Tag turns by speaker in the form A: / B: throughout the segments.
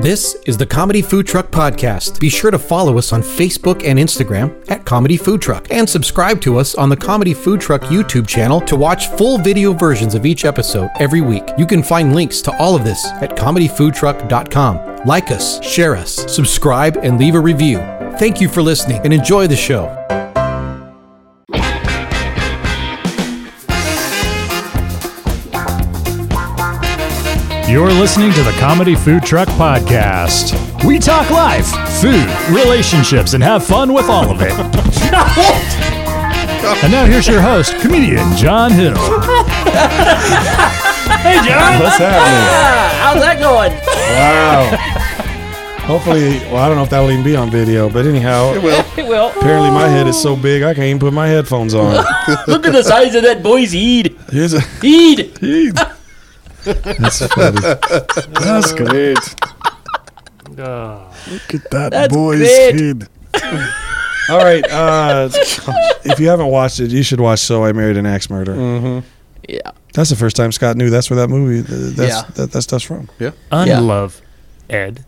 A: This is the Comedy Food Truck Podcast. Be sure to follow us on Facebook and Instagram at Comedy Food Truck and subscribe to us on the Comedy Food Truck YouTube channel to watch full video versions of each episode every week. You can find links to all of this at comedyfoodtruck.com. Like us, share us, subscribe, and leave a review. Thank you for listening and enjoy the show.
B: You're listening to the Comedy Food Truck Podcast. We talk life, food, relationships, and have fun with all of it. and now here's your host, comedian John Hill. hey, John.
C: What's happening?
D: How's that going?
C: Wow. Hopefully, well, I don't know if that'll even be on video, but anyhow,
D: It will.
C: apparently my head is so big I can't even put my headphones on.
D: Look at the size of that boy's head.
C: Here's a,
D: Head.
C: that's funny. That's great. Look at that
D: That's
C: boy's
D: great.
C: head. All right, uh, if you haven't watched it, you should watch "So I Married an Axe Murderer."
E: Mm-hmm.
D: Yeah.
C: That's the first time Scott knew that's where that movie, that's,
D: Yeah.
C: that, that stuff's from.
F: Unlove Ed.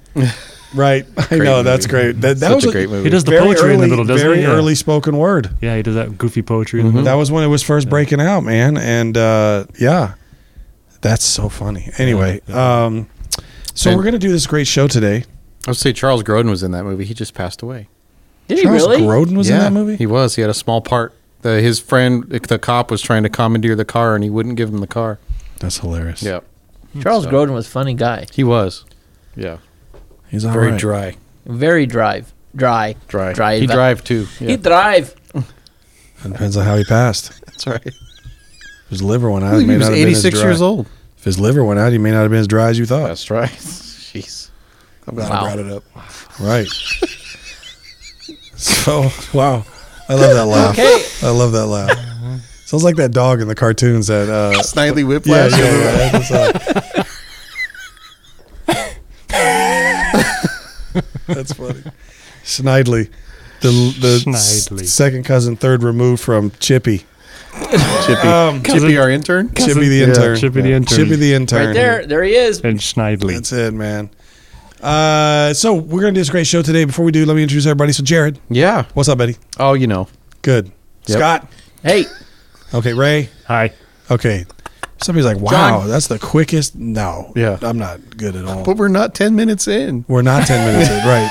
C: Right, I know that's great. That, that
E: Such
C: was
E: a great movie.
F: He does the
C: very
F: poetry in the
C: early-
F: middle, doesn't
C: very
F: he? Yeah.
C: early spoken word.
F: Yeah, he does that goofy poetry
E: Hmm?
F: in the
C: That
F: middle.
C: was when it was first breaking out, man. And uh, yeah, that's so funny. Anyway, um, so
E: And-
C: we're gonna do this great show today.
E: I would say Charles Grodin was in that movie. He just passed away.
D: Did he
C: Charles
D: really?
C: Grodin was in that movie.
E: He was. He had a small part. The, his friend, the cop, was trying to commandeer the car, and he wouldn't give him the car.
C: that's hilarious.
E: Yeah,
D: Charles
E: So-
D: Grodin was a funny guy.
E: he was. Yeah,
C: he's all
A: Very
C: right.
A: dry.
D: Very drive. Dry.
E: drive.
D: Drive.
E: He drive too. Yeah.
D: He drive.
C: Depends on how he passed.
E: That's right.
C: If his liver went
E: I
C: out. He
E: believe
C: may
E: he was
C: not have been as
E: 86
C: dry.
E: years old.
C: If his liver went out, he may not have been as dry as you thought.
E: That's right. Jeez.
A: I'm glad
D: Wow.
A: it up.
C: Right. so wow, I love that laugh.
D: Okay.
C: I love that laugh. Sounds like that dog in the cartoons that. Uh,
E: Snidely
C: yeah,
E: Whiplash.
C: yeah, yeah. That's, uh, That's funny. Snidely, the the s-
F: Snidely.
C: second cousin, third removed from Chippy.
E: Chippy.
C: Um,
E: Chippy, our intern.
C: Chippy the
F: Yeah,
C: intern.
F: Chippy the intern.
C: Chippy the intern.
D: Right there. There he is.
F: And Schneidly.
C: That's it, man. Uh, so we're gonna do this great show today. Before we do, let me introduce everybody. So Jared,
E: Yeah.
C: what's up, buddy?
E: Oh, you know.
C: Good.
E: Yep.
C: Scott.
D: Hey.
C: Okay, Ray.
F: Hi.
C: Okay. Somebody's like, wow,
E: John.
C: that's the quickest. No.
E: Yeah.
C: I'm not good at all.
E: But we're not 10 minutes in.
C: We're not ten minutes in, right?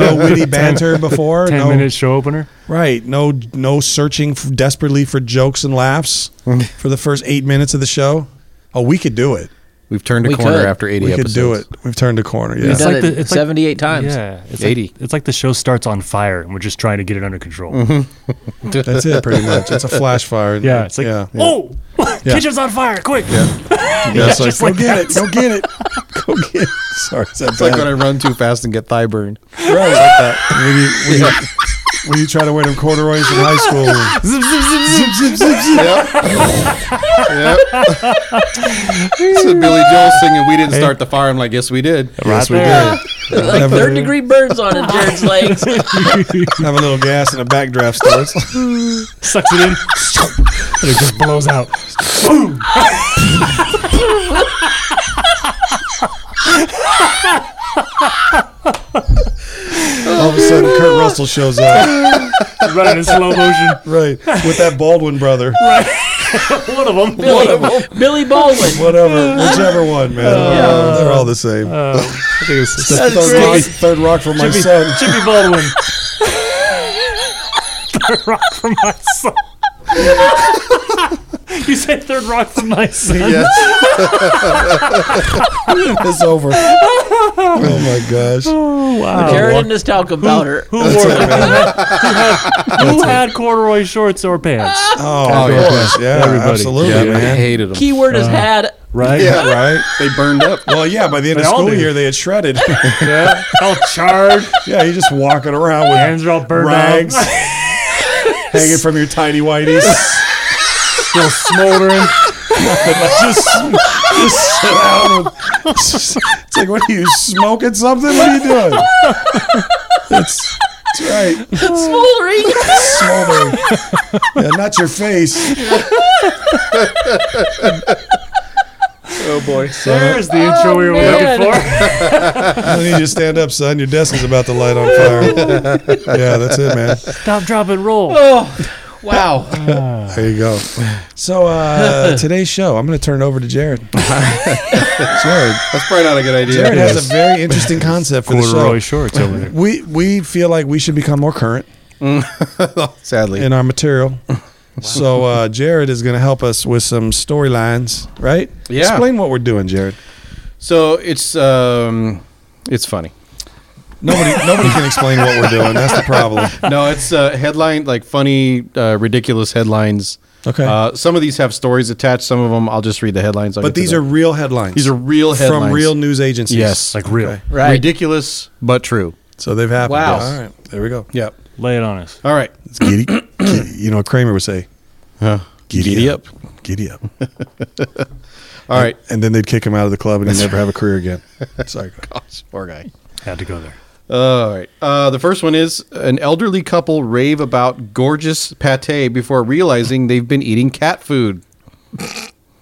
C: No witty banter before.
F: 10
C: no,
F: minute show opener.
C: right? No, no searching f desperately for jokes and laughs for the first eight minutes of the show. Oh, we could do it.
E: We've turned a
D: We
E: corner
D: could.
E: after 80
C: we could
E: episodes.
C: do it. We've turned a corner. Yeah.
D: He's done
F: like
D: it
F: the- it's like-
D: 78 times.
F: Yeah. It's
E: 80.
F: Like, it's like the show starts on fire and we're just trying to get it under control.
C: Mm-hmm. That's it, pretty much. It's a flash fire.
F: Yeah. It's like,
C: yeah.
F: oh, kitchen's on fire. Quick.
C: Yeah, it's like,
F: just
C: go
F: like
C: get it. Go get it. Go get it. Sorry, is that
E: It's like
C: bad?
E: when I run too fast and get thigh burned.
C: Right. when, you, when, you, when you try to wear them corduroys in high school. zip, zip, zip, zip.
E: Yep. so Billy Joel singing, "We didn't start the fire." I'm like, "Yes, we did."
C: Yes, we
F: there.
C: did.
D: Like
C: Have a-
D: third degree burns on him, Jared's legs.
C: Have a little gas and a backdraft starts.
F: Sucks it in. and it just blows out.
C: All of a sudden, Kurt Russell shows up.
F: Running in slow motion.
C: Right. With that Baldwin brother.
F: One of them. One of them.
D: Billy, Billy Baldwin.
C: Whatever. Whichever one, man.
F: Oh.
D: Yeah.
C: They're all the same.
F: I think it was
C: That's
D: That's
C: third, rock,
D: great.
C: third rock for my
F: Chippy,
C: son.
F: Chippy Baldwin. third rock from my son. you said third rock from my son.
E: Yes.
C: It's over. Oh, my gosh.
F: Oh, wow.
D: Jared and his talcum powder.
F: Who wore them? Who had corduroy shorts or pants?
C: Oh, my gosh. Yeah,
F: Everybody.
C: absolutely,
E: Yeah, man. I
C: man.
E: hated them.
D: Keyword
F: Uh.
D: is had.
F: Right?
C: Yeah, right?
E: They burned up.
C: Well, yeah, by the end
F: They
C: of
F: all
C: school
F: do.
C: year, they had shredded.
F: Yeah. All charred.
C: yeah, you're just walking around with
F: Hands are all burned
C: rags
F: out.
C: hanging from your tiny whiteies.
F: Still smoldering.
C: just, just sit down. and- It's like, what are you smoking? Something? What are you doing? It's, it's right.
D: Smoldering.
C: Smoldering. Yeah, not your face.
E: Oh
F: boy. There's the intro we were
D: man.
F: looking for.
C: I need you to stand up, son. Your desk is about to light on fire. yeah, that's it, man.
F: Stop, drop, and roll.
E: Wow.
C: There you go. So uh, today's show, I'm going to turn it over to Jared. Jared,
E: That's probably not a good idea.
C: Jared has a very interesting concept for the
F: Corduroy
C: show.
F: shorts over there.
C: We we feel like we should become more current
E: Sadly.
C: in our material. So uh, Jared is going to help us with some storylines, right?
E: Yeah.
C: Explain what we're doing, Jared.
E: so it's um, it's funny.
C: Nobody nobody can explain what we're doing. That's the problem.
E: No, it's uh, headline like funny, uh, ridiculous headlines.
C: Okay.
E: Uh, some of these have stories attached. Some of them I'll just read the headlines. I'll
C: but
E: get to
C: these
E: that.
C: are real headlines.
E: these are real headlines
C: from real news agencies.
E: Yes,
F: Like real.
D: Right.
E: ridiculous but true.
C: So they've happened.
E: Wow.
C: All right. There we go.
E: Yep.
F: Lay it on us.
E: All right.
C: It's giddy, giddy- You know what Kramer would say?
E: Huh.
C: Giddy,
E: Giddy
C: up. Giddy up.
E: All right.
C: And then they'd kick him out of the club and he'd never have a career again. Sorry.
E: Poor guy.
F: Had to go there.
E: All right. Uh, the first one is an elderly couple rave about gorgeous pate before realizing they've been eating cat food.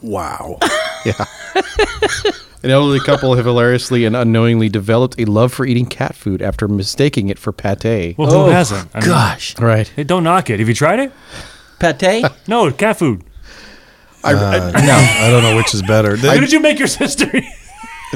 C: Wow.
E: An elderly couple have hilariously and unknowingly developed a love for eating cat food after mistaking it for pate.
F: Well, who hasn't? I mean,
D: Gosh.
C: Oh,
E: Right.
F: Hey, don't knock it. Have you tried it?
D: Pate?
F: No, cat food.
E: I,
C: Uh,
E: I-
C: I don't know which is better.
F: Who did you make your sister eat?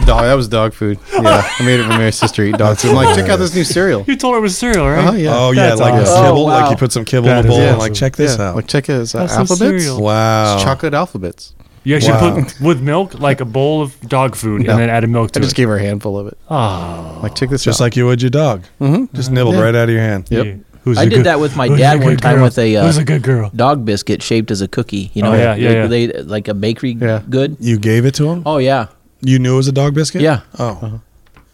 E: dog, that was dog food. Yeah. I made it for my sister to eat dog food. I'm like, check out this new cereal.
F: You told her it was cereal, right?
E: Oh, yeah.
C: oh, yeah.
F: That's
C: Like a
F: awesome.
C: kibble.
D: Oh, wow.
C: Like you put some kibble
F: That
C: in a
F: is
C: bowl and
F: awesome.
C: like, check this
E: Yeah.
C: out.
E: Like, check it out.
F: That's so
E: alphabets.
F: cereal.
C: wow.
E: It's chocolate alphabets.
F: You actually
C: Wow.
F: put with milk like a bowl of dog food and then added milk
E: I
F: to
E: just
F: it.
E: gave her a handful of it.
F: Oh,
E: Like, check this
C: Just
E: out.
C: like you would your dog. Mm-hmm. Just nibbled right out of your hand.
E: Yep.
F: Who's
D: I
F: a
D: did
F: good-
D: that with my
F: who's
D: dad
F: good
D: one time
F: girl?
D: with a, uh,
F: who's a good girl?
D: Dog biscuit shaped as a cookie. You know,
F: Oh, yeah, yeah,
D: like,
F: yeah.
D: They, like a bakery
E: Yeah.
D: good.
C: You gave it to him?
D: Oh, yeah.
C: You knew it was a dog biscuit?
D: Yeah. Uh-huh.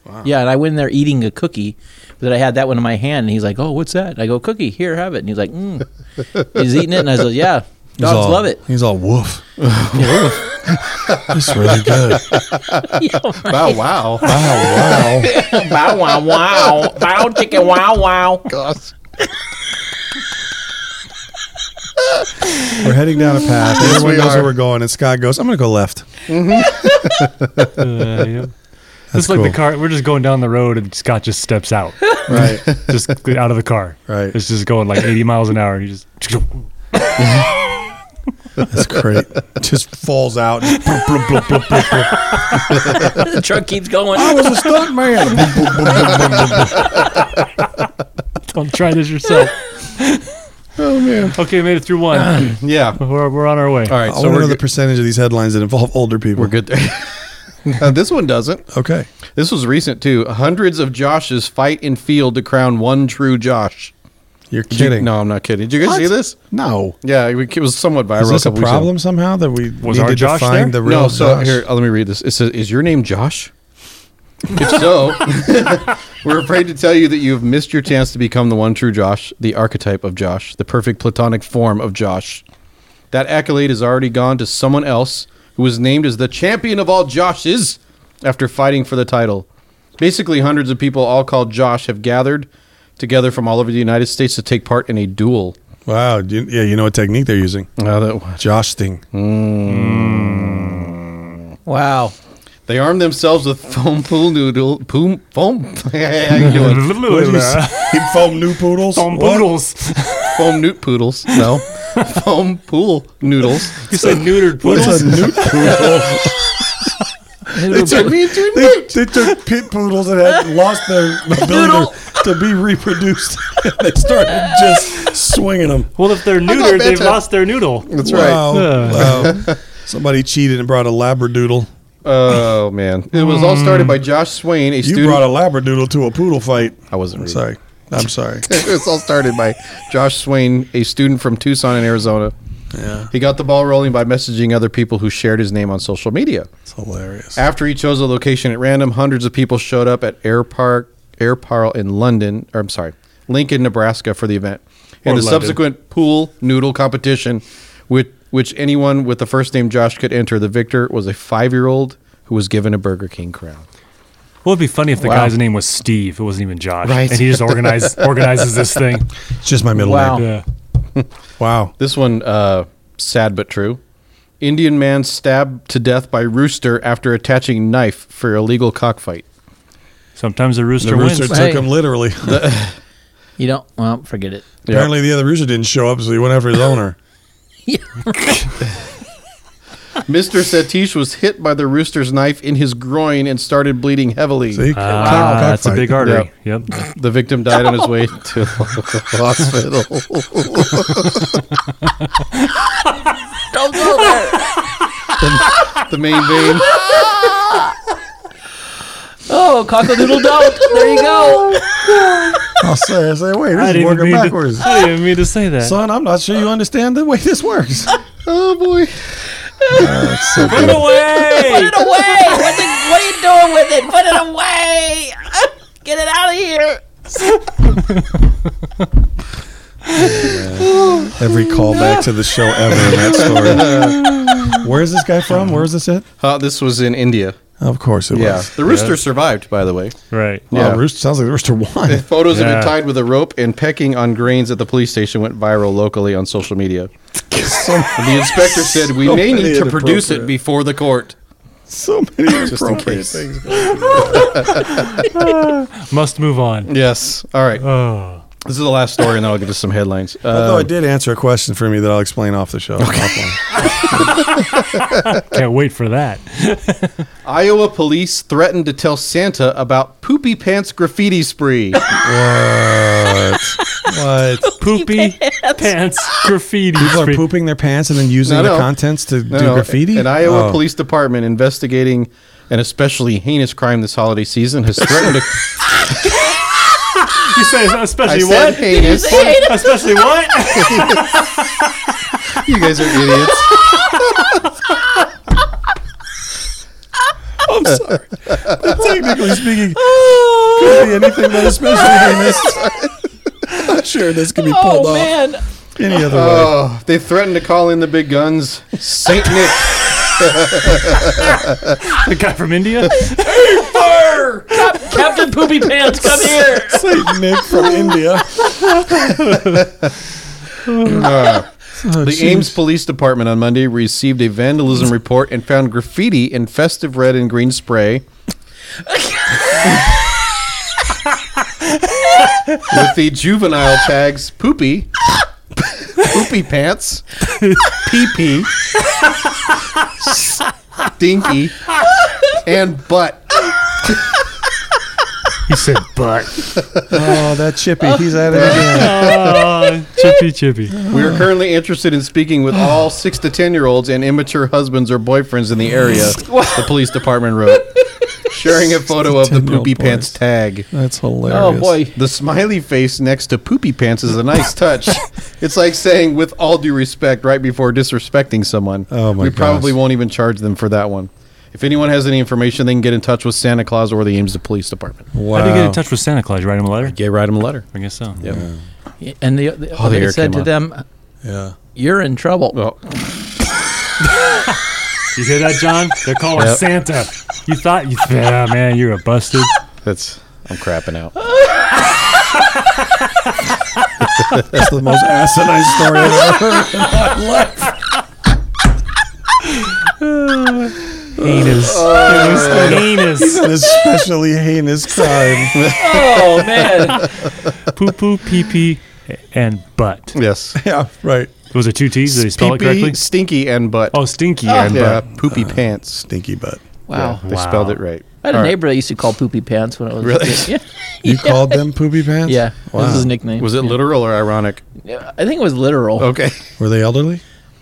C: Oh.
D: Yeah, and I went in there eating a cookie, but I had that one in my hand, and he's like, "Oh, what's that?" And I go, "Cookie, here, have it." And he's like, mm. "He's eating it," and I said, "Yeah,
C: He's
D: dogs
C: all-
D: love it."
C: He's all woof. It's really good.
E: Wow, wow.
C: Wow, wow.
D: bow wow wow, bow chicken wow wow.
E: Gosh.
C: We're heading down a path. Everyone
E: we
C: knows
E: are.
C: where we're going, and Scott goes, "I'm going to go left."
F: Uh, yeah. Just like
C: cool.
F: the car, we're just going down the road and Scott just steps out,
C: Right.
F: just out of the car.
C: Right.
F: It's just going like 80 miles an hour. You just
C: That's great. Just falls out. Just bloop, bloop, bloop, bloop, bloop, bloop.
D: the truck keeps going.
C: It's a stunt man.
F: don't try this yourself.
E: Oh, man.
F: Okay, made it through one.
E: Yeah. All
F: We're, we're on our way.
C: I
E: right. So
C: wonder
E: we're,
C: the
E: good-
C: percentage of these headlines that involve older people.
E: we're good there. Uh, this one doesn't.
C: Okay.
E: This was recent too. Hundreds of Joshes fight in field to crown one true Josh.
C: You're
E: Did you-
C: kidding.
E: no, I'm not kidding. Did you guys see this?
C: No.
E: Yeah, it it was somewhat viral.
C: Is this a
E: couple weeks ago.
C: problem somehow that we
F: Was our
C: needed to
F: Josh
C: find
F: there?
C: the real
E: No. So
C: Josh?
E: here, uh, let me read this. It says, "Is your name Josh?" If so, we're afraid to tell you that you've missed your chance to become the one true Josh, the archetype of Josh, the perfect platonic form of Josh. That accolade has already gone to someone else who was named as the champion of all Joshes after fighting for the title. Basically, hundreds of people, all called Josh, have gathered together from all over the United States to take part in a duel.
C: Wow. You, yeah, you know what technique they're using?
E: Now that-
C: Josh thing.
D: Wow,
E: They armed themselves with foam pool noodle, poom, foam, how you doing?
C: foam new poodles.
F: Some poodles.
E: foam newt poodles. No, foam pool noodles.
F: You said neutered
C: It's
F: poodles.
C: a new poodle.
E: They turned me into a
C: they,
E: newt.
C: they took pit poodles that had lost their ability to, to be reproduced. they started just swinging them.
F: Well, if they're neutered, they've lost their noodle.
E: That's
C: Wow. wow. Somebody cheated and brought a labradoodle.
E: Oh man, it was all started by Josh Swain, a
C: You
E: student.
C: brought a labradoodle to a poodle fight.
E: I wasn't
C: I'm
E: reading.
C: sorry. I'm sorry.
E: it was all started by Josh Swain, a student from Tucson in Arizona. Yeah. He got the ball rolling by messaging other people who shared his name on social media.
C: It's hilarious.
E: After he chose a location at random, hundreds of people showed up at Air Park, Air Parle in London, or I'm sorry, Lincoln, Nebraska for the event.
F: Or
E: And the
F: London.
E: subsequent pool noodle competition, with which anyone with the first name Josh could enter, the victor was a five year old who was given a Burger King crown.
F: Well, it'd be funny if the
E: Wow.
F: guy's name was Steve. It wasn't even Josh.
E: Right.
F: And he just organized, organizes this thing.
C: It's just my middle
D: Wow.
C: name.
F: Yeah.
C: Wow.
E: This one, uh, sad but true. Indian man stabbed to death by rooster after attaching knife for illegal cockfight.
F: Sometimes the rooster,
C: The rooster
F: wins. Ah,
D: Hey.
C: took him literally.
D: You don't. Well, forget it.
C: Apparently, the other rooster didn't show up, so he went after his owner.
E: Mr. Satish was hit by the rooster's knife in his groin and started bleeding heavily.
C: See,
F: Ah, that's a big artery. Yep.
E: The victim died on his way to the hospital.
D: Don't go there.
E: the main vein.
D: Oh, cockadoodle don't. There you go.
C: I'll say, I say, wait, this is
F: I didn't
C: working
F: mean to-
C: backwards.
F: I didn't even mean to say that.
C: Son, I'm not sure you understand the way this works.
E: Oh boy.
F: Put it away.
D: Put it away. What, the, what are you doing with it? Put it away. Get it out of here.
C: Every callback to the show ever in that story. Where's this guy from? Where's this at?
E: Uh, this was in India.
C: Of course it
E: Yeah.
C: was.
E: The rooster survived, by the way.
F: right.
C: Wow,
E: Yeah.
C: rooster sounds like the rooster won.
E: Photos of
F: Yeah.
E: him tied with a rope and pecking on grains at the police station went viral locally on social media.
C: so,
E: And the inspector said, "We may
C: many
E: need to produce
C: inappropriate.
E: it before the court."
C: so many
E: in
C: appropriate
E: case.
C: things.
F: Must move on.
E: Yes. All right.
F: Oh.
E: This is the last story, and then I'll get to some headlines.
C: Although I
E: Uh,
C: did answer a question for me that I'll explain off the show. Offline.
F: Can't wait for that.
E: Iowa police threatened to tell Santa about poopy pants graffiti spree.
C: What? What?
F: Poopy pants graffiti.
C: People are
F: spree.
C: pooping their pants and then using
E: No,
C: the
E: no.
C: contents to
E: No,
C: do
E: no,
C: graffiti?
E: An Iowa
C: Oh.
E: police department investigating an especially heinous crime this holiday season has threatened to.
F: You say especially
E: I said
F: what?
E: heinous.
F: Especially what?
E: You guys are idiots.
C: Technically speaking, could be anything but especially heinous. I'm sure this could be pulled
D: Oh
C: off
D: man.
C: any other way.
E: Oh, they threatened to call in the big guns. Saint Nick.
F: the guy from India.
D: Captain Poopy Pants, come here.
C: Saint Nick from India.
E: The Ames Police Department on Monday received a vandalism report and found graffiti in festive red and green spray. with the juvenile tags poopy, poopy pants, pee pee, stinky, and butt.
F: He said butt.
C: Oh, that chippy. He's at it again.
F: Oh, chippy chippy.
E: We are currently interested in speaking with all six to ten year olds and immature husbands or boyfriends in the area. the police department wrote, sharing a photo of the
C: 10-year-old
E: poopy
C: boys.
E: pants tag.
C: That's hilarious.
D: Oh boy.
E: The smiley face next to poopy pants is a nice touch. it's like saying, with all due respect, right before disrespecting someone.
C: Oh, my
E: we probably
C: gosh.
E: won't even charge them for that one. If anyone has any information, they can get in touch with Santa Claus or the Ames Police Department.
C: Wow.
F: How do you get in touch with Santa Claus? You write him a letter?
E: Yeah, write him a letter.
F: I guess so.
E: Yep.
D: And the, the,
E: Oh, the
D: they
E: air
D: said
E: came
D: to
E: on.
D: them,
C: Yeah.
D: "You're in trouble."
E: Well,
F: You hear that, John? They're calling
E: Yep.
F: Santa. You thought you yeah, man, you're a busted.
E: that's I'm crapping out.
C: That's the most asinine story I've ever heard in my life.
F: Heinous. heinous.
C: An especially heinous crime.
D: Oh man.
F: Poo poo pee pee and butt.
E: yes.
C: yeah, right.
F: Was it two T's? Did they spell it
E: Pee-pee,
F: correctly?
E: stinky, and butt.
F: Oh, stinky and
E: yeah,
F: butt.
E: poopy pants.
C: Stinky butt.
D: Wow.
E: They spelled it right.
D: I had a
E: All right.
D: neighbor I used to call Poopy Pants when I was a
E: Really?
D: kid.
C: You called them poopy pants?
D: Yeah. yeah. That
C: Wow.
D: was his nickname.
E: Was it literal Oh. or ironic?
D: Yeah, I think it was literal.
E: Okay.
C: Were they elderly?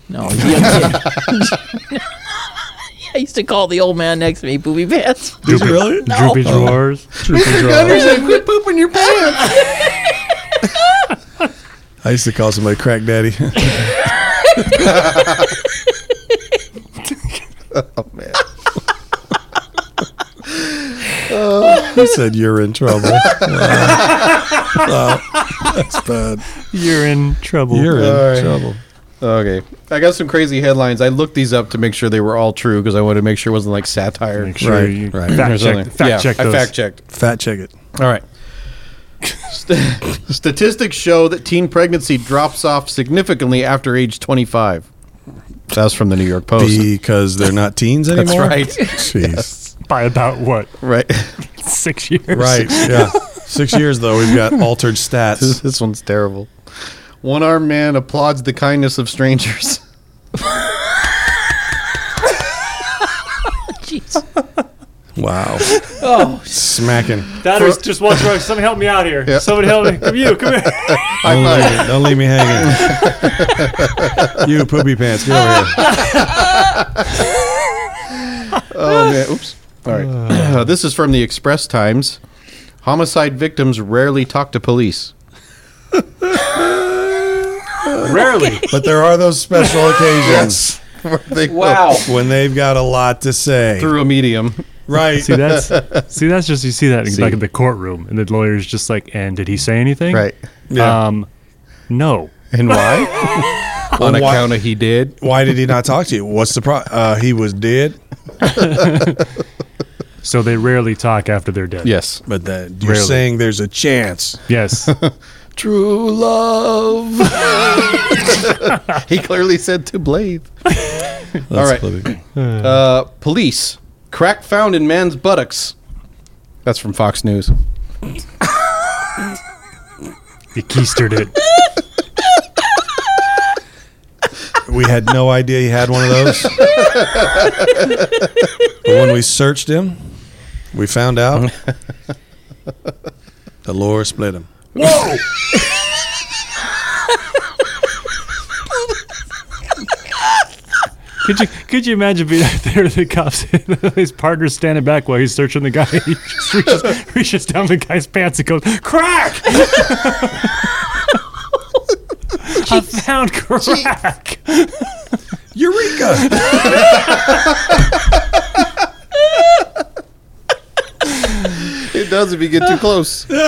D: No. he- he- I used to call the old man next to me Poopy Pants.
C: Really?
F: Droopy drawers. Droopy drawers.
E: quit pooping your pants.
C: I used to call somebody crack daddy.
E: man.
C: he said, You're in trouble. Wow. Wow. That's bad.
F: You're in trouble.
C: You're in
E: All right.
C: trouble.
E: Okay. I got some crazy headlines. I looked these up to make sure they were all true because I wanted to make sure it wasn't like satire.
F: Make sure
C: Right,
F: you
C: right.
E: or
F: fact check.
E: something.
F: Fact
E: yeah,
F: check
E: I
F: those.
E: fact checked.
C: Fat check it.
E: All right. St- Statistics show that teen pregnancy drops off significantly after age 25. That was from the New York Post.
C: because they're not teens anymore.
E: Oh, right.
C: Jeez.
F: by about what
E: right.
F: six years?
C: Right. Yeah. Six years though, we've got altered stats.
E: this one's terrible. One armed man applauds the kindness of strangers.
C: Wow.
F: Oh,
C: Smacking.
F: that is just one drug. Somebody help me out here.
E: Yeah.
F: Somebody help me. Come you. Come here.
C: Don't leave, me, don't leave me hanging. you poopy pants, get over here.
E: Oh man! Oops. All right. Uh, this is from the Express Times. Homicide victims rarely talk to police.
F: Rarely.
C: But there are those special occasions
E: They go
D: Wow.
C: when they've got a lot to say.
E: Through a medium.
C: Right.
F: See that's see that's just you see that in,
E: See.
F: like in the courtroom, and the lawyer's just like, and did he say anything?
E: Right.
C: Yeah.
F: Um, no.
E: And why? On
C: Well, why-
E: account of he did.
C: Why did he not talk to you? What's the problem? Uh, he was dead.
F: So they rarely talk after they're dead.
E: Yes.
C: But that you're
F: Really?
C: saying there's a chance.
F: Yes.
E: True love. he clearly said to Blade. All right. Uh, police. Crack found in man's buttocks. That's from Fox News.
F: you keistered it.
C: We had no idea he had one of those. but when we searched him, we found out the Lord split him.
F: Could you could you imagine being out there with the cops and his partner's standing back while he's searching the guy? He just reaches, reaches down the guy's pants and goes, Crack! I found crack.
C: Eureka!
E: It does if you get too close. okay.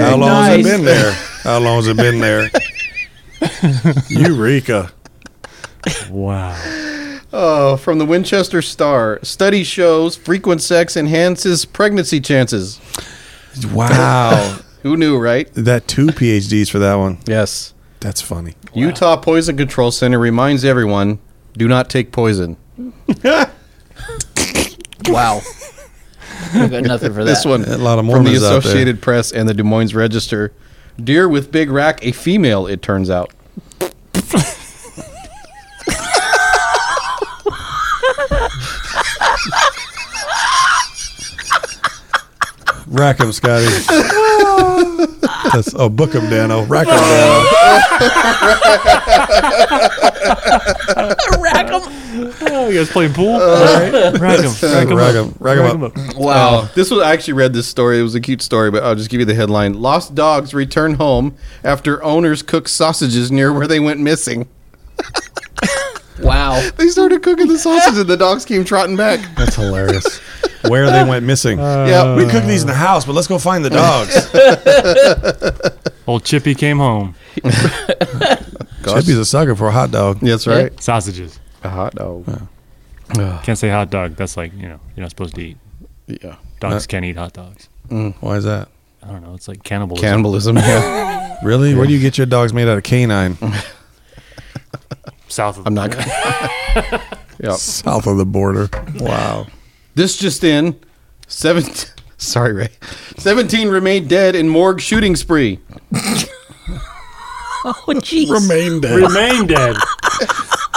C: How long has
D: Nice.
C: it been there? How long has it been there? Eureka!
F: Wow.
E: Oh, from the Winchester Star. Study shows frequent sex enhances pregnancy chances.
C: Wow,
E: Who knew, right?
C: that two PhDs for that one.
E: Yes.
C: That's funny.
E: Utah Poison Control Center reminds everyone do not take poison.
D: Wow. I got nothing for that.
E: This one
C: A lot of
E: from the
C: Mormons out there.
E: Associated Press and the Des Moines Register. Deer with big rack, a female, it turns out.
C: Rack 'em, Scotty. That's, oh, book 'em, Dano. Rack 'em, Dano.
F: Oh, you guys playing pool? Rack 'em. Rack 'em
C: Rack
F: up.
C: 'em. Rack 'em
F: Rack 'em
C: up.
E: Wow. this was I actually read this story. It was a cute story, but I'll just give you the headline. Lost dogs return home after owners cook sausages near where they went missing.
D: Wow.
E: They started cooking the sausage and the dogs came trotting back.
C: That's hilarious. Where they went missing.
E: yeah,
C: we cook these in the house, but let's go find the dogs.
F: Old Chippy came home.
C: Chippy's a sucker for a hot dog.
E: That's right.
F: Sausages.
E: A hot dog.
F: Can't say hot dog. That's like, you know, you're not supposed to eat.
E: Yeah.
F: Dogs can't eat hot dogs.
C: Why is that?
F: I don't know. It's like cannibalism.
E: Cannibalism. Yeah.
C: Really? Where do you get your dogs made out of canine?
F: South of
E: I'm not. yeah.
C: South of the border. Wow.
E: This just in. Seven. Sorry, Ray. Seventeen remain dead in morgue shooting spree.
D: Oh, jeez.
C: Remain dead.
F: Remain dead.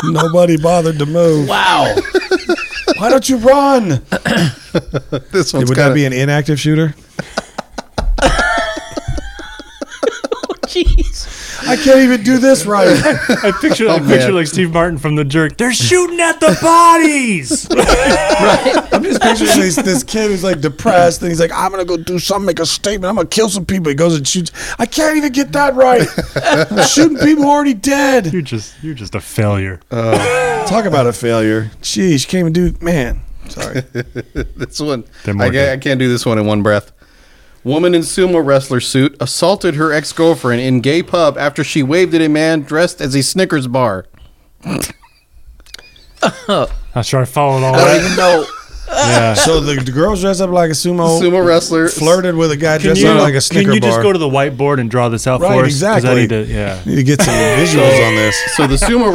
C: Nobody bothered to move.
D: Wow.
C: Why don't you run?
E: This one's
C: Would that
E: gotta
C: be an inactive shooter?
D: Jeez.
C: I can't even do this right.
F: I picture,
C: Oh,
F: I picture
E: man.
F: like Steve Martin from The Jerk. They're shooting at the bodies.
C: I'm just picturing this, this kid who's like depressed and he's like, I'm gonna go do something, make a statement, I'm gonna kill some people. He goes and shoots. I can't even get that right. I'm shooting people already dead.
F: You're just you're just a failure.
C: Talk about a failure. Jeez, you can't even do man. Sorry.
E: This one.
F: They're
E: I,
F: more
E: ca-
F: dead.
E: I can't do this one in one breath. Woman in sumo wrestler suit assaulted her ex girlfriend in gay pub after she waved at a man dressed as a Snickers bar.
F: Not sure I followed all
D: I
F: that.
C: Oh,
D: don't even know.
F: Yeah.
C: So the, the girls dressed up like a
F: Oh.
C: sumo,
E: Sumo wrestler
C: flirted with a guy dressed up like a snicker
F: can you
C: bar.
F: just go to the whiteboard and draw this out
C: Right,
F: for us? 'Cause I
C: exactly.
F: need to, yeah.
C: Need to get some visuals on this.
E: So the sumo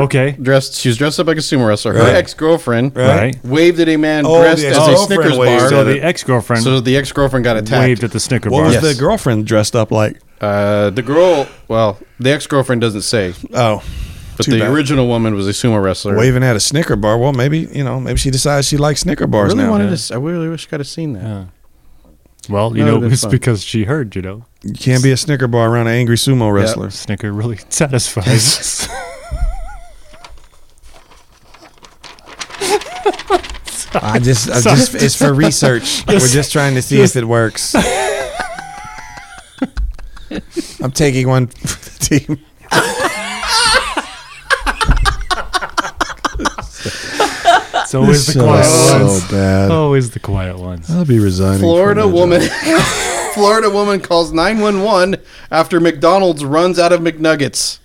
F: Okay.
E: dressed. She was dressed up like a sumo wrestler. Her
C: Right.
E: ex girlfriend,
F: Right.
E: waved at a man
C: Oh,
E: dressed
C: the
E: as a
C: ex-girlfriend
E: Snickers
C: waved
E: bar.
C: at
F: So
C: Yeah,
F: the
C: that-
F: ex girlfriend
E: So the ex girlfriend got attacked.
F: waved at the Snicker
C: What
F: bar.
C: was
E: Yes.
C: the girlfriend dressed up like?
E: uh, the girl, well, the ex girlfriend doesn't say,
C: Oh,
E: but
C: Too
E: the
C: bad.
E: original woman was a sumo wrestler.
C: waving at a Snicker bar. Well, maybe you know, maybe she decides she likes Snicker
E: I
C: bars
E: really
C: now.
E: wanted to. s- I really wish I could have seen that.
F: Well,
C: Oh,
F: you
E: That would've
F: know,
E: been
F: it's
E: fun.
F: because she heard, you know.
C: You can't be a Snicker bar around an angry sumo wrestler.
F: Snicker really satisfies.
C: I just, I just, it's for research. We're just trying to see if it works. I'm taking one for the team.
F: it's always the
C: So
F: quiet ones.
C: bad.
F: Always the quiet ones.
C: I'll be resigning.
E: Florida woman. Florida woman calls 911 after McDonald's runs out of McNuggets.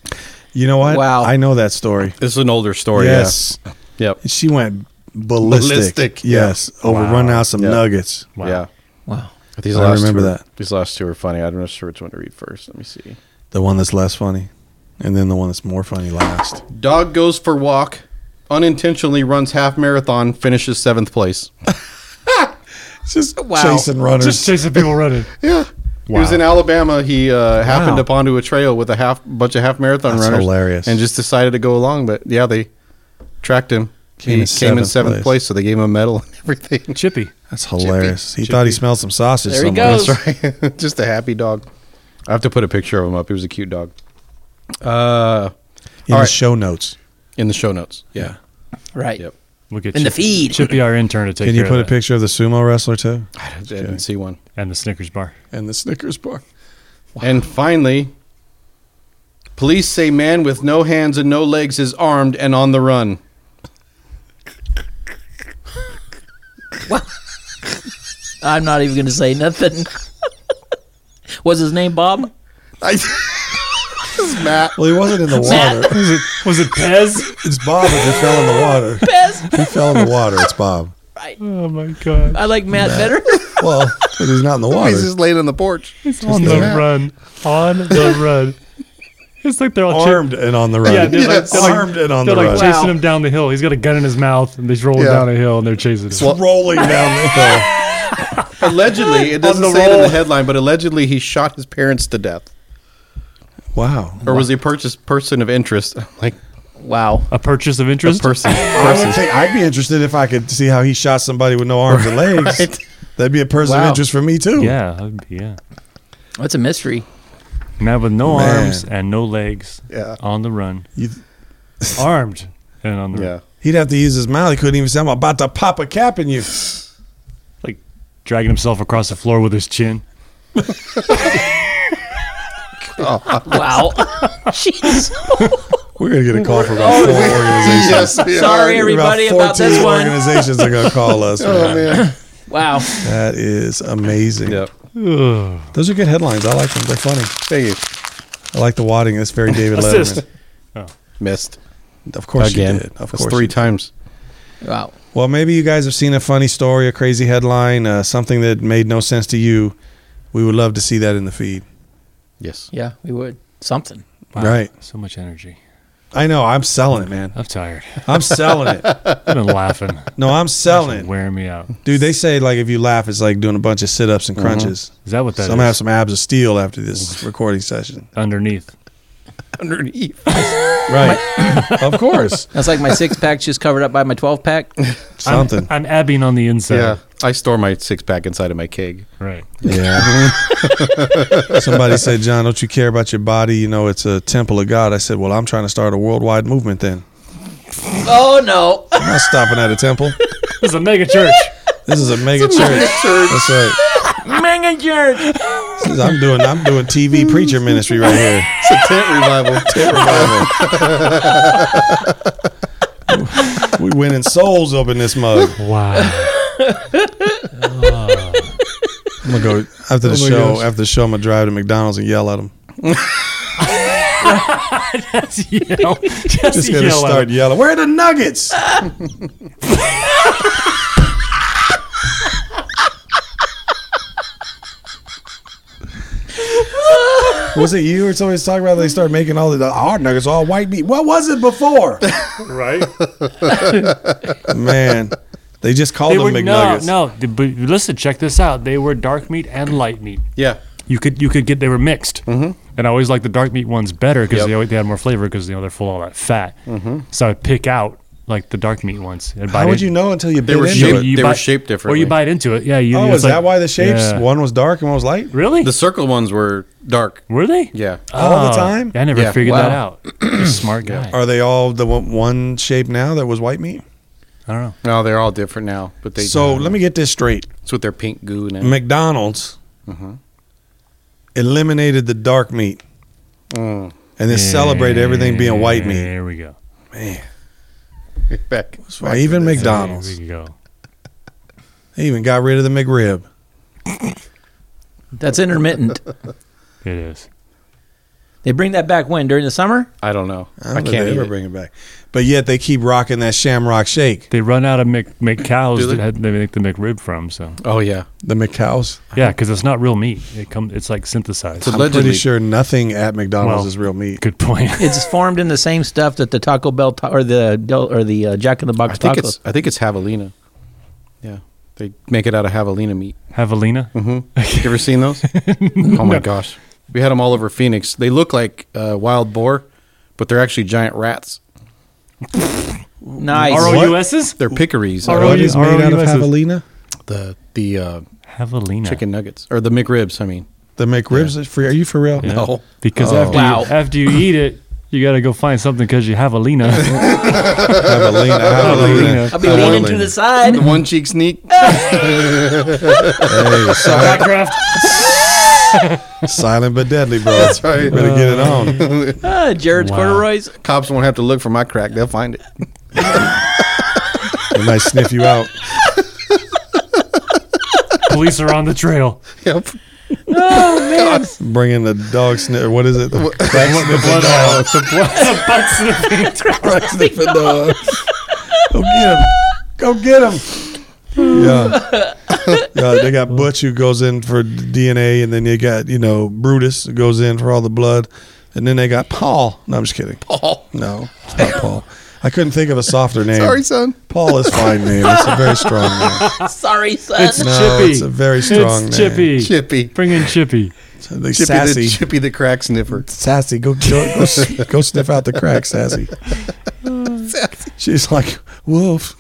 C: You know what?
D: Wow.
C: I know that story.
E: This is an older
C: Oh,
E: story.
C: yes.
E: Yeah. Yep.
C: She went ballistic.
E: Ballistic, yeah.
C: Yes. Over running out some
E: Yeah.
C: nuggets.
F: Wow.
E: Yeah.
D: Wow.
E: These
C: I
E: last
C: remember
E: two are-
C: that.
E: These last two are funny. I'm not sure which one to read first. Let me see.
C: The one that's less funny. And then the one that's more funny last.
E: Dog goes for walk, unintentionally runs half marathon, finishes seventh place.
C: Oh, Just
D: Wow.
C: chasing runners.
F: Just chasing people running.
E: Yeah. He was in Alabama. He uh, happened upon upon a trail with a half bunch of half marathon
C: That's
E: runners.
C: hilarious.
E: And just decided to go along. But yeah, they tracked him.
C: Came in
E: he came in
C: seventh
E: seventh
C: place.
E: place. so they gave him a medal and everything.
F: Chippy.
C: that's hilarious. he
E: Chippy.
C: thought he smelled some sausage
D: There he
C: somewhere.
D: goes.
E: just a happy dog. I have to put a picture of him up. He was a cute dog. Uh,
C: In
E: All
C: the
E: right.
C: show notes.
E: in the show notes. Yeah.
D: Right.
E: Yep.
F: We'll get
D: In the
F: Chippy-
D: feed.
F: Chippy, our intern, to take
C: Can you
F: care
C: put a
F: of that.
C: picture of the sumo wrestler too?
E: I didn't see one.
F: And the Snickers bar.
C: And the Snickers bar.
E: And finally, police say man with no hands and no legs is armed and on the run.
D: I'm not even going to say nothing. was his name Bob?
E: I, this is Matt.
C: Well, he wasn't in the water.
F: Was it, was it Pez?
C: it's Bob if he fell in the water.
D: Pez.
C: He fell in the water. It's Bob.
F: oh my God.
D: I like Matt, better.
C: Well, but he's not in the water.
E: He's just laying on the porch.
F: on the run. On the run. It's like they're all chip-
C: armed and on the run.
F: Yeah, dude,
E: Yes.
F: like, they're
C: Armed
F: like,
C: and on
F: they're
C: the
F: like
C: run.
F: chasing him down the hill. He's got a gun in his mouth, and he's rolling
E: Yeah.
F: down a hill, and they're chasing him.
C: rolling down the hill.
E: Allegedly, it doesn't say it in the headline, but allegedly he shot his parents to death,
C: Wow.
E: or was he purchased person of interest? Like
D: Wow.
F: A purchase of
E: a
F: interest.
E: person,
C: I would think I'd be interested if I could see how he shot somebody with no arms and legs.
E: Right.
C: That'd be a person of
D: Wow.
C: interest for me too.
F: Yeah, that'd be- yeah.
D: That's a mystery.
F: Man with no
C: Man.
F: arms and no legs.
E: Yeah.
F: On the run.
C: You-
F: Armed and on the
E: yeah.
F: run.
C: He'd have to use his mouth. He couldn't even say, "I'm about to pop a cap in you."
F: Like dragging himself across the floor with his chin.
D: Wow. Jeez.
C: We're gonna get a call from about four organizations.
E: Yes, we
D: Sorry,
E: are.
C: About
D: Oh, everybody, about this
C: 14
D: one.
C: organizations are gonna call us.
E: Oh man.
D: Wow.
C: That is amazing.
E: Yep.
F: Ugh.
C: Those are good headlines. I like them. They're funny.
E: Thank you.
C: I like the wadding. It's very David Letterman.
F: Assist.
E: Missed
C: Of course
E: again.
C: you did. Of
E: That's
C: course
E: three
C: you did.
E: times.
D: Wow.
C: Well, maybe you guys have seen a funny story, a crazy headline, uh, something that made no sense to you. We would love to see that in the feed.
E: Yes.
D: Yeah, we would. Something.
C: Right.
F: So much energy.
C: I know. I'm selling it, man.
F: I'm tired.
C: I'm selling it.
F: I've been laughing.
C: No, I'm
F: It's
C: selling it.
F: wearing me out.
C: Dude, they say like if you laugh, it's like doing a bunch of sit ups and crunches.
F: Uh-huh. Is that what that
C: so I'm gonna have
F: is?
C: some abs of steel after this recording session.
F: Underneath.
E: Underneath.
C: Right. of course.
D: That's like my six pack's just covered up by my 12 pack.
C: Something.
F: I'm abbing on the inside.
E: Yeah. I store my six pack inside of my keg.
F: Right.
C: Yeah. Somebody said, John, don't you care about your body? You know, it's a temple of God. I said, Well, I'm trying to start a worldwide movement then.
D: Oh, no.
C: I'm not stopping at a temple.
F: This is a mega church.
C: This is a mega church. That's right.
D: Mega jerk.
C: This is- I'm doing I'm doing TV preacher ministry right here.
E: It's a tent revival. tent revival.
C: We winning souls up in this mug.
F: Wow.
C: I'm gonna go after the
E: my
C: show.
E: gosh.
C: After the show, I'm gonna drive to McDonald's and yell at them.
F: yell. Just,
C: Just gonna
F: yell at
C: start
F: him.
C: yelling. Where are the nuggets? was it you or somebody was talking about? They started making all the, the hard nuggets all white meat. What was it before?
F: right?
C: Man, they just called
F: They
C: them
F: were no,
C: McNuggets.
F: no. the- But listen, check this out. They were dark meat and light meat.
E: Yeah.
F: You could you could get they were mixed, mm-hmm. and I always liked the dark meat ones better because
E: Yep.
F: they, always- they had more flavor because you know they're full of all that fat. Mm-hmm. So I would pick out like the dark meat ones. And
C: How would you know until you bit
E: were
C: into
E: shaped-
C: it?
E: they were shaped
F: Or
E: differently.
F: you bite into it, yeah. You,
C: Oh,
F: it's
C: is
F: like-
C: that why the shapes?
F: yeah.
C: One was dark and one was light.
F: Really?
E: The circle ones were dark.
F: were they
E: Yeah.
C: All the
F: Oh,
C: time?
F: I never
E: Yeah.
F: figured that
E: Wow.
F: out. You're a smart guy.
C: Are they all the one, one shape now that was white meat?
F: I don't know.
E: No, they're all different now, but they
C: So let me get this straight.
E: It's with their pink goo now.
C: McDonald's eliminated the dark meat
E: Mm.
C: and then celebrated everything being white meat.
F: There we go.
E: Back.
C: Why even
F: There
C: McDonald's.
F: we go.
C: They even got rid of the McRib.
D: That's intermittent.
F: It is.
D: They bring that back when during the summer.
E: I don't know.
C: I,
E: I,
C: don't know if
E: can't
C: they ever
E: ever bring.
C: bring it back. But yet they keep rocking that shamrock shake.
F: They run out of Mc,
E: Do
F: McCows
E: they?
F: that had, they make the McRib from. So
E: Oh yeah.
C: The McCows.
F: yeah, because it's not real meat. It come. It's like synthesized.
E: It's a-
C: I'm
E: Allegedly.
C: pretty sure nothing at McDonald's
F: Well,
C: is real meat.
F: Good point.
D: It's formed in the same stuff that the Taco Bell ta- or the Del- or the uh, Jack in the
E: I
D: Box
E: think
D: tacos.
E: it's I think it's javelina. Yeah. They make it out of javelina meat.
F: Javelina.
E: You ever seen those? oh my gosh. We had them all over Phoenix. They look like uh, wild boar, but they're actually giant rats.
D: nice.
F: R-O-U-S's?
E: They're pickeries.
F: All
C: What
F: right.
C: is made out of
F: ROUSs.
C: javelina?
E: The the uh,
F: Javelina.
E: chicken nuggets or the McRibs. I mean, Oh.
C: The McRibs is free. Are you for real?
F: Yeah.
E: No.
F: Because after,
C: Oh,
D: Wow.
F: you, after you eat it, you got to go find something because you have a Lena.
C: Javelina, javelina.
D: I'll be leaning to the side.
E: the one cheek sneak.
C: Hey, silent, silent but deadly, bro. That's
E: right. Uh,
C: Better get it on.
D: Ah, Jared's
F: Wow.
D: corduroys.
E: Cops won't have to look for my crack; they'll find it.
C: They might sniff you out.
F: Police are on the trail.
E: Yep.
C: Bringing the dog sniff. What is it? The
F: The blood oil. The blood- butt sniffing.
C: crack sniffing dog. Go get him. Go get him. Yeah. yeah. They got Butch who goes in for DNA, and then they got, you know, Brutus who goes in for all the blood. And then they got Paul. No, I'm just kidding. Paul. No, it's not Paul. I couldn't think of a softer name.
E: Sorry, son.
C: Paul is fine name. It's a very strong name.
D: Sorry, son.
C: No,
F: Chippy.
C: it's a very strong
F: It's
C: name.
F: Chippy.
E: Chippy.
F: Bring in Chippy.
C: They
E: Chippy
C: sassy.
E: the Chippy the crack sniffer.
C: Sassy, go go, go, s- go sniff out the crack, Sassy. She's like, Wolf.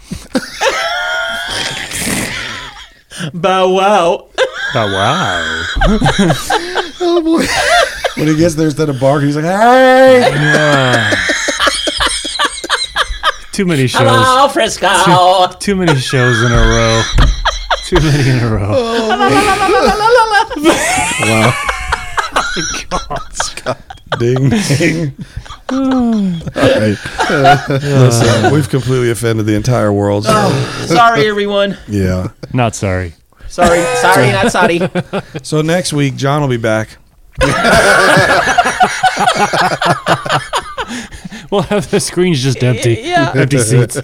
D: Bow wow.
F: wow.
E: Oh boy.
C: When he gets there instead of barking, he's like, Hey!
F: Too many shows.
D: Hello, Frisco.
F: Too many shows in a row. Too many in a row.
C: Ding, ding. All right. Listen, we've completely offended the entire world. so-
E: Oh.
D: sorry, everyone.
C: yeah.
F: Not sorry.
D: Sorry, sorry, not sorry.
C: So next week, John will be back.
F: We'll have the screens just empty.
D: Yeah.
F: Empty seats.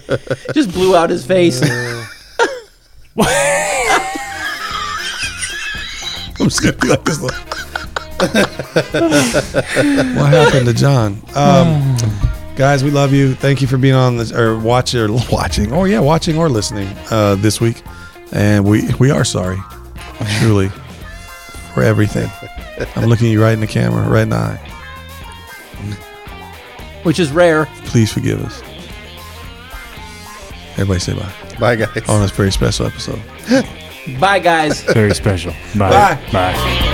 D: Just blew out his face.
C: I'm just going to be like this. look. what happened to John? Um, guys, we love you. Thank you for being on this or watch or watching. Oh yeah, watching or listening uh, this week. And we we are sorry, truly, for everything. I'm looking you right in the camera, right in the eye.
D: Which is rare.
C: Please forgive us. Everybody say bye
E: Bye, guys.
C: on this very special episode.
D: Bye, guys.
F: Very special. Bye. Bye.